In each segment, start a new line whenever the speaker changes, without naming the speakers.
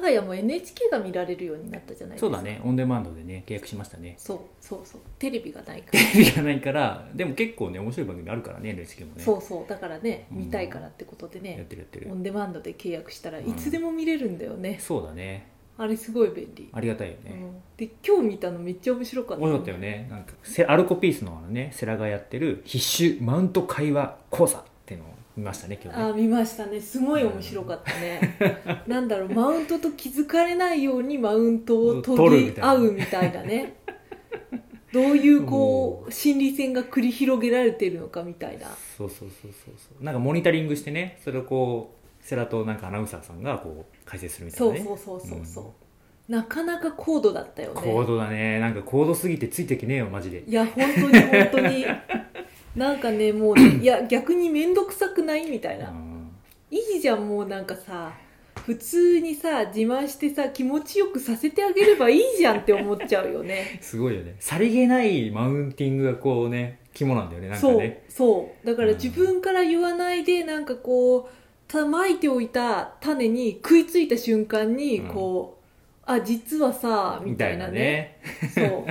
はやもう NHK が見られるようになったじゃないです
そ
か
うだねオンデマンドでね契約しましたね
そうそうそうテレビがないか
テ
ら、
レビがないからでも結構ね面白い番組あるからね NHK もね
そうそうだからね
うん
見たいからってことで
やっ
ね、
てるやって
オ
る
ンデマンドで契約したら
う
い
ん
つでも見れるんだよね、
そうだね
あれすごい便利、
ありがたいよ
う
ね、
んで今日見たのめっちゃ面白かった
面白かったよねなんかセアルコピースのあのね世良がやってる必修マウント会話講座っていうのを見ましたね今日ね
あー見ましたねすごい面白かったねなんだろうマウントと気づかれないようにマウントを
取る
取
みたい
り
な
合うみたいなねどういうこう心理戦が繰り広げられてるのかみたいな
そうそうそうそうそうなんかモニタリングしてねそれをこう世良となんかアナウンサーさんがこう解説するみたい
そ
な
う
ね
そうそうそうそう、
うん
なかなか高度だったよね
高度だねなんか高度すぎてついてきねえよマジで
いや本当に本当に なんかね もうねいや逆に面倒くさくないみたいな、
うん
いいじゃんもうなんかさ普通にさ自慢してさ気持ちよくさせてあげればいいじゃんって思っちゃうよね
すごいよねさりげないマウンティングがこうね肝 なんだよねなんか
そう
ね
そうだか
う
ら
ん
自分から言わないでなんかこうたまいておいた種に食いついた瞬間に
うん
こう、あ実はさみ
みた
たい
い
な
な
ね
ね
そう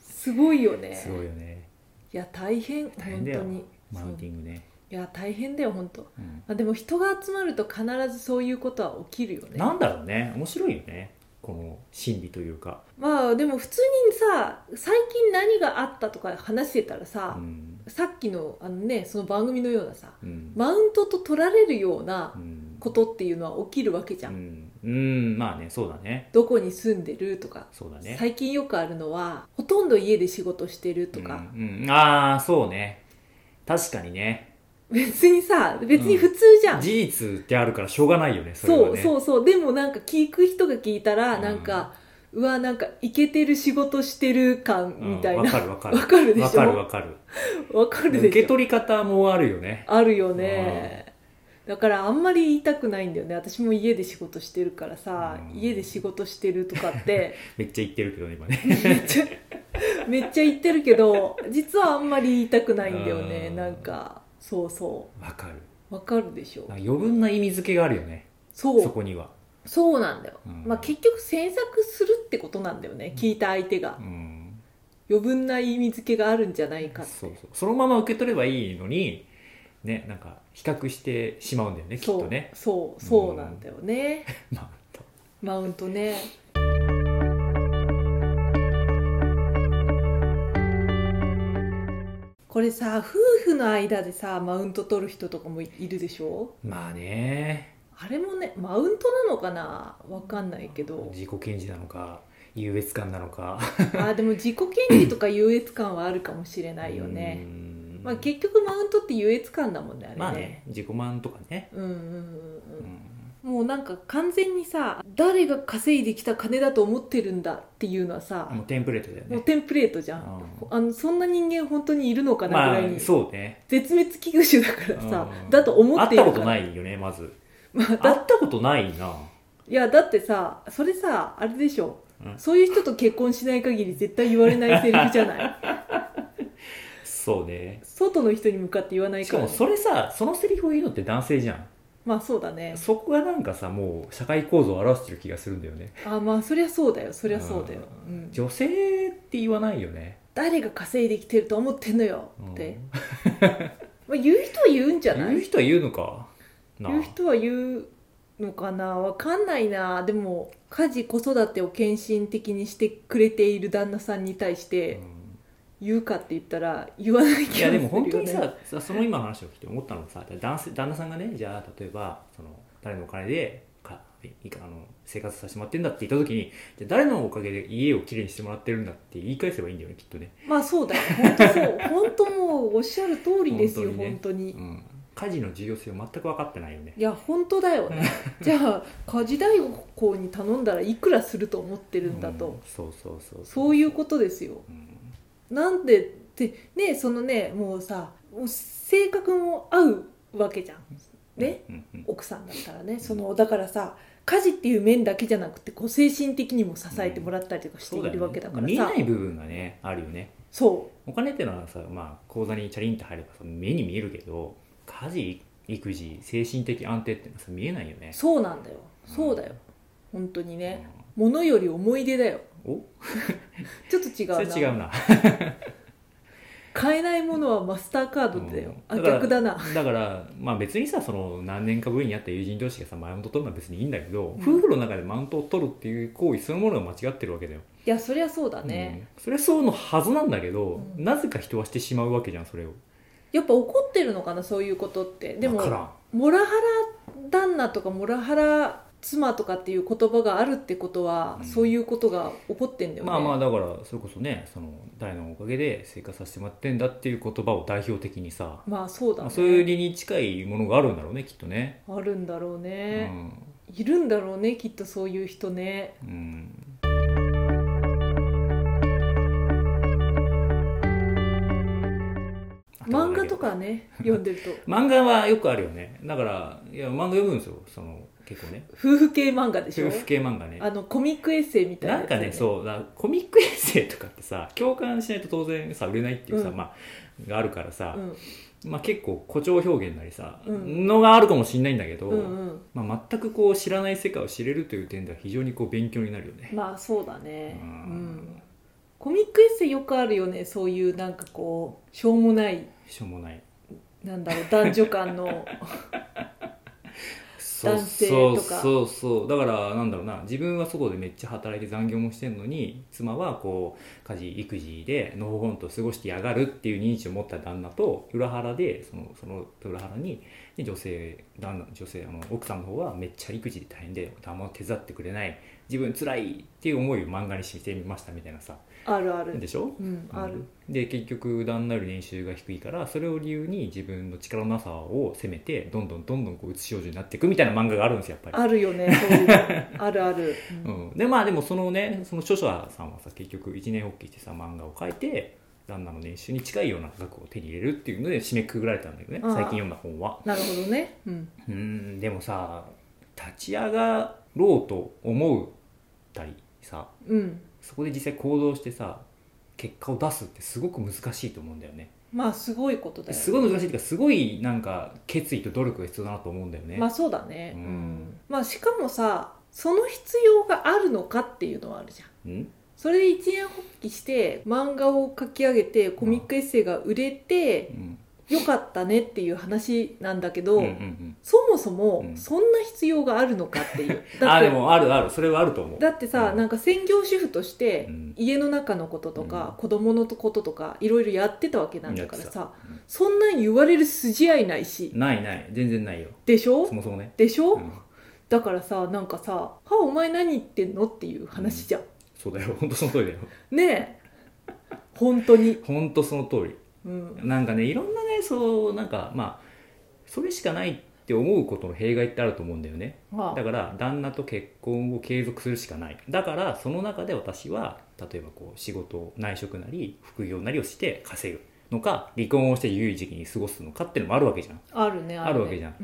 すごいよね
すごいよね
いや大変
大変
本
だよ
当に
マウンテ
そう
ィングね、
いや大変だよ本当
うん
まあでも人が集まると必ずそういうことは起きるよね
なんだろうね面白いよねこの心理というか、
まあでも普通にさ最近何があったとか話してたら
う
さ、
ん
さっきのあのねその番組のようなさ
うん
マウントと取られるような
うん
ことっていうのは起きるわけじゃん、
うん、うん、まあねそうだね
どこに住んでるとか、
そうだね
最近よくあるのはほとんど家で仕事してるとか、
うんうん、ああそうね確かにね
別にさ別に普通じゃん、
事実ってあるからしょうがないよねそれ
そ
は
う
ね
そうそうでもなんか聞く人が聞いたら
うん
なんか、うわなんかイケてる仕事してる感
うん
みたいな、
わかるわか る
わかるでしょ
わかるわかる
わかる
受
で
け
しょ
取り方もあるよね
あるよね、だからあんまり言いたくないんだよね私も家で仕事してるからさ、
うん
家で仕事してるとかって
めっちゃ言ってるけどね今ね
めっちゃめっちゃ言ってるけど実はあんまり言いたくないんだよね
うん
なんかそうそ
わかる
うわかるでしょ
なんか余分な意味付けがあるよね
そ
そうこには、
そうなんだよ、
うん
まあ、結局詮索するってことなんだよね聞いた相手が
うん、
余分な意味付けがあるんじゃないかって
そうそうそのまま受け取ればいいのにねなんか比較してしまうんだよねきっ
そ
と
う
ね
そうそうなんだよね、
まあ
マウントねこれさ夫婦の間でさマウント取る人とかもいいるでしょ
まあね
あれもねマウントなのかなわかんないけ ど
自己顕示なのか優越感なのか
あーでも自己顕示とか優越感はあるかもしれないよ
う
ね、
ん
まあ、結局マウントって優越感だもんねあれね,、
まあね自己満とかね、
うんうんうん
う
うん
ん
もうなんか完全にさ誰が稼いできた金だと思ってるんだっていうのはさ、
もうテンプレートだよ
もう
ね
テンプレートじゃん、あのそんな人間本当にいるのかなぐ
ま
ら
あ
いに、
そうね
絶滅危惧種だからさ、
うん
だと思っ
会
てい
った
る
こ
か
と
ら
ないよねまず
まあ、
会
だ
ったことないない
やだってさそれさあれでしょ、
うん
そういう人と結婚しない限り絶対言われないセリフじゃない
そうね
外の人に向かって言わない
し
か、
からも
ね、
それさそのセリフを言うのって男性じゃん
まあそうだね
そこがなんかさもう社会構造を表してる気がするんだよね
あまあそりゃそうだよそりゃそうだよ、
う
うんん
女性って言わないよね
誰が稼いできてると思ってんのよ
うん
って、まあ、言う人は言うんじゃない
言う人は言うのかなあ
言う人は言うのかなわかんないなでも家事子育てを献身的にしてくれている旦那さんに対し
う
て
ん
言うかって言ったら言わない
い
気が
や
す
で
るよ、ね、
も本当にささその今の話を聞いて思ったのはさ男性旦那さんがねじゃあ例えばその誰のお金でかいかあの生活させてもらってんだって言った時にじゃあ誰のおかげで家をきれいにしてもらってるんだって言い返せばいいんだよねきっとね、
まあそうだよ本当そう 本当もうおっしゃる通りですよ
本当にね
本当に,、
うん、家事の重要性を全く分かってないよね
いや本当だよ ねじゃあ家事代行に頼んだらいくらすると思ってるんだ
うん
と、
そうそうそう
そういう
と、
ことですよ
うん
なんでってねそのねもうさもう性格も合うわけじゃんね、
うんうん
奥さんだったらねそのだからさ家事っていう面だけじゃなくてこう精神的にも支えてもらったりとかして
そう
い
だよ
る
ね
わけだから
見え
さ
ない部分がねあるよね
そ
お金ってのはさ、まあ、口座にチャリンって入ればさ目に見えるけど家事育児精神的安定ってのはさ見えないよね
うそうなんだよそうだよ本当にね物より思い出だよ
お
ちょっと違う
それ
な
違うな
買えないものはマスターカードだよ、
うん
あ
だから
逆だな
だからまあ別にさその何年かぶりに会った友人同士がさマウント取るのは別にいいんだけど、夫婦の中でマウントを取るっていう行為そのものが間違ってるわけだよ、
いやそりゃそうだね、
うんそれはそうのはずなんだけど、
うん
なぜか人はしてしまうわけじゃんそれを
やっぱ怒ってるのかなそういうことってでも
わからん
モラハラ旦那とかモラハラ妻とかっていう言葉があるってことは、
うん
そういうことが起こってんだよね
まあまあだからそれこそねその誰のおかげで生活させてもらってんだっていう言葉を代表的にさ、
まあそうだ
ま
ね
あ、そういう理に近いものがあるんだろうねきっとね、
あるんだろうね、
うん
いるんだろうねきっとそういう人ね
うん
漫画とか ね読んでると
漫画はよくあるよねだからいや漫画読むんですよその結構ね
夫婦系漫画でしょ
夫婦系漫画ね
あのコミックエッセイみたいな
な
や
ん
つだ
か
よ
ねそうだコミックエッセイとかってさ 共感しないと当然さ売れないっていうさ、
うん
まあがあるからさ、
うん
まあ、結構誇張表現なりさ、
うん
のがあるかもしれないんだけど、
うんうん
まあ、全くこう知らない世界を知れるという点では非常にこう勉強になるよね、
まあそうだね
う
うんんコミックエッセイよくあるよねそういうなんかこうしょうもない
しょうもない
なんだろう男女間 の
そう
男性とか
そうそうそうだからなんだろうな自分はそこでめっちゃ働いて残業もしてんのに妻はこう家事育児でのほほんと過ごしてやがるっていう認知を持った旦那と裏腹でそのその裏腹にで女性旦那女性あの奥さんの方はめっちゃ育児で大変であんま手伝ってくれない自分辛いっていう思いを漫画にしてみましたみたいなさ
あるある
でしょ
うんある
で結局旦那より年収が低いからそれを理由に自分の力のなさを責めてどんどんどんどんこううつ症状になっていくみたいな漫画があるんですよやっぱり。
あるよねそういうのあるあるう
うんん、でまあでもそのねその著者さんはさ結局一年発起してさ漫画を書いて旦那の年収に近いような額を手に入れるっていうので締めくくられたんだけどね
ああ
最近読んだ本は。
なるほどねうん
うんでもさ立ち上がろうと思うたりさ
うん
そこで実際行動してさ結果を出すってすごく難しいと思うんだよね。
まあすごいことだよね
すごい難しいっていうかすごいなんか決意と努力が必要だなと思うんだよね、
まあそうだね
う
うんんまあしかもさその必要があるのかっていうのはあるじゃん
うん
それで一年発起して漫画を書き上げてコミックエッセイが売れて
うん
よかったねっていう話なんだけ
う
ど、
んうん
そもそうも
ん
そんな必要があるのかっていう
うん
だ
あ
っ
で
て
もあるあるそれはあると思う
だってさ
うん
なんか専業主婦として
うん
家の中のこととか
う
子供のこととかいろいろやってたわけなんだから
やってた
さ
うん
そんなん言われる筋合いないし
ないない全然ないよ
でしょ
そもそもね、
でしょ、
うん
だからさなんかさ「はお前何言ってんの?」っていう話じゃん、
そうだよ 本当その通りだよ
ねえ本当に
本当その通り
うん
なんかねいろんなねそうなんかまあそれしかないって思うことの弊害ってあると思うんだよね
ま
だから旦那と結婚を継続するしかないだからその中で私は例えばこう仕事を内職なり副業なりをして稼ぐのか離婚をして有意時期に過ごすのかっていうのもあるわけじゃん
ああるねあるね
あるわけじゃん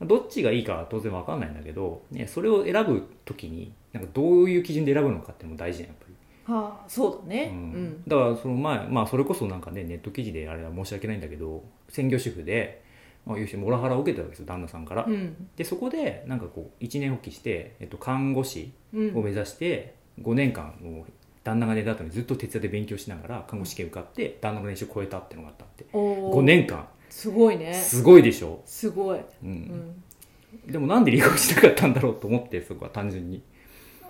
うん、
どっちがいいかは当然わかんないんだけど、ね、それを選ぶ時になんかどういう基準で選ぶのかっていうのも大事じゃんやっぱり
はあそうだねう
う
んん、
だからその前、まあ、それこそなんかねネット記事であれは申し訳ないんだけど専業主婦で、まあ、要するにモラハラを受けてたわけですよ旦那さんから、
うん
でそこでなんかこう一年発起して、えっと、看護師
うん
を目指して5年間もう旦那が寝た後にずっと徹夜で勉強しながら看護師試験受かって旦那の年収を超えたっていうのがあったって
おー
5年間
すごいね
すごいでしょ、
すごい、
う
うんん、
でもなんで離婚しなかったんだろうと思ってそこは単純に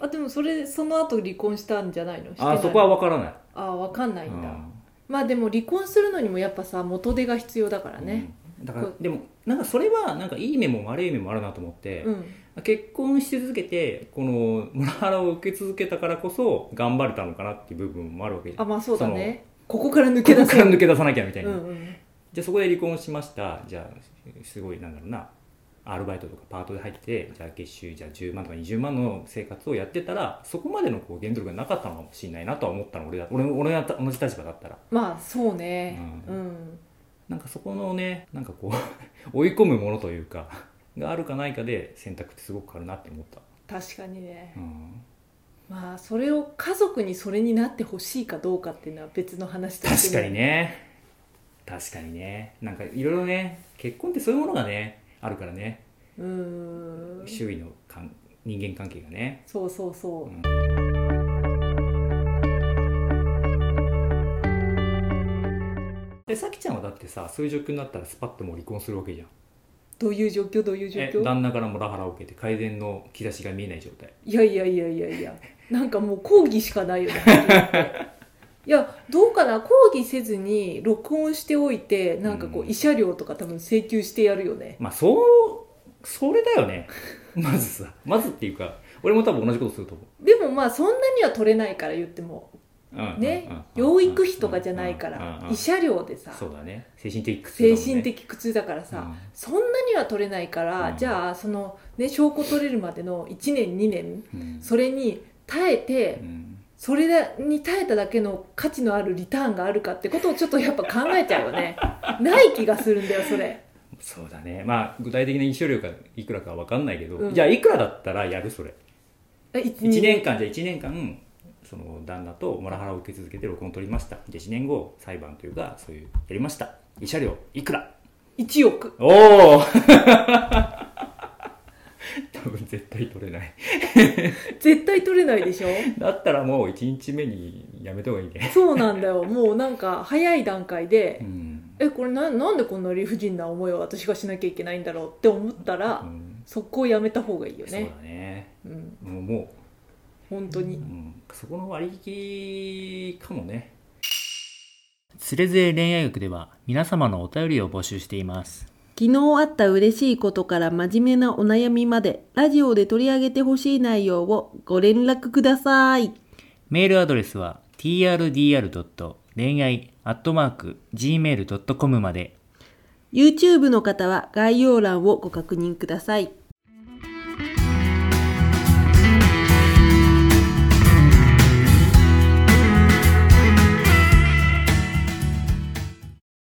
あでもそれその後離婚したんじゃないのしてない
あそこは分からない
ああ分かんないんだ、
うん
まあでも離婚するのにもやっぱさ元手が必要だからね
うんだから
こ
でもなんかそれはなんかいい面も悪い面もあるなと思って、
うん、
結婚し続けてこのモラハラを受け続けたからこそ頑張れたのかなっていう部分もあるわけじゃ
あ
ん
まあそうだねここから抜け出
ここ
せ
から抜け出さなきゃみたいな、
うんうん
じゃあそこで離婚しましたじゃあすごいなんだろうなアルバイトとかパートで入ってじゃあ月収じゃあ10万とか20万の生活をやってたらそこまでのこう原動力がなかったのかもしれないなとは思ったの俺だ俺俺が同じ立場だったら
まあそうね
う
うん
なんかそこのねなんかこう 追い込むものというかがあるかないかで選択ってすごく変わるなって思った、
確かにね
うん、
まあそれを家族にそれになってほしいかどうかっていうのは別の話として
確かにね確かにねなんかいろいろね結婚ってそういうものがねあるからね
うーん
周囲の感人間関係がね
そうそうそう、
うんでさきちゃんはだってさそういう状況になったらスパッともう離婚するわけじゃん
どういう状況どういう状
え
況
旦那からもラハラを受けて改善の兆しが見えない状態
いやいやいやいやいやなんかもう抗議しかないよねはっきり言って いやどうかな抗議せずに録音しておいてなんかこ
う
うん慰謝料とか多分請求してやるよね
まあそうそれだよね まずさまずっていうか俺も多分同じことすると思
でもまあそんなには取れないから言っても
う、うん
ね
うんうん
養育費とかじゃないか
うんうん
ら
うんうん
慰謝料でさ
そうだね精神的苦痛だもん
精
ね
神的苦痛だからさ、
うん
そんなには取れないから、
うん
じゃあその、ね、証拠取れるまでの1年2年
うん
それに耐えて
うん
それに耐えただけの価値のあるリターンがあるかってことをちょっとやっぱ考えちゃうよ ねない気がするんだよそれ
そうだねまあ具体的な印象量がいくらかは分かんないけど、
うん
じゃあいくらだったらやるそれ1
1
年間じゃあ1年間その旦那とモラハラを受け続けて録音取りましたじゃあ1年後裁判というかそういうやりました慰謝料いくら
1億
おお 多分絶対取れない
絶対取れないで しょ
だったらもう1日目にやめた方がいいね
そうなんだよもうなんか早い段階で、
うん、
えこれななんでこんな理不尽な思いを私がしなきゃいけないんだろうって思ったら、
うん
速攻やめた方がいいよ
そうだ
ね
ね
うん
もうも
本当に
う、うん、そこの割り切りかもねつれづれ恋愛学では皆様のお便りを募集しています
昨日あった嬉しいことから真面目なお悩みまでラジオで取り上げてほしい内容をご連絡ください
メールアドレスは trdr. 恋愛 .gmail.com まで
YouTube の方は概要欄をご確認ください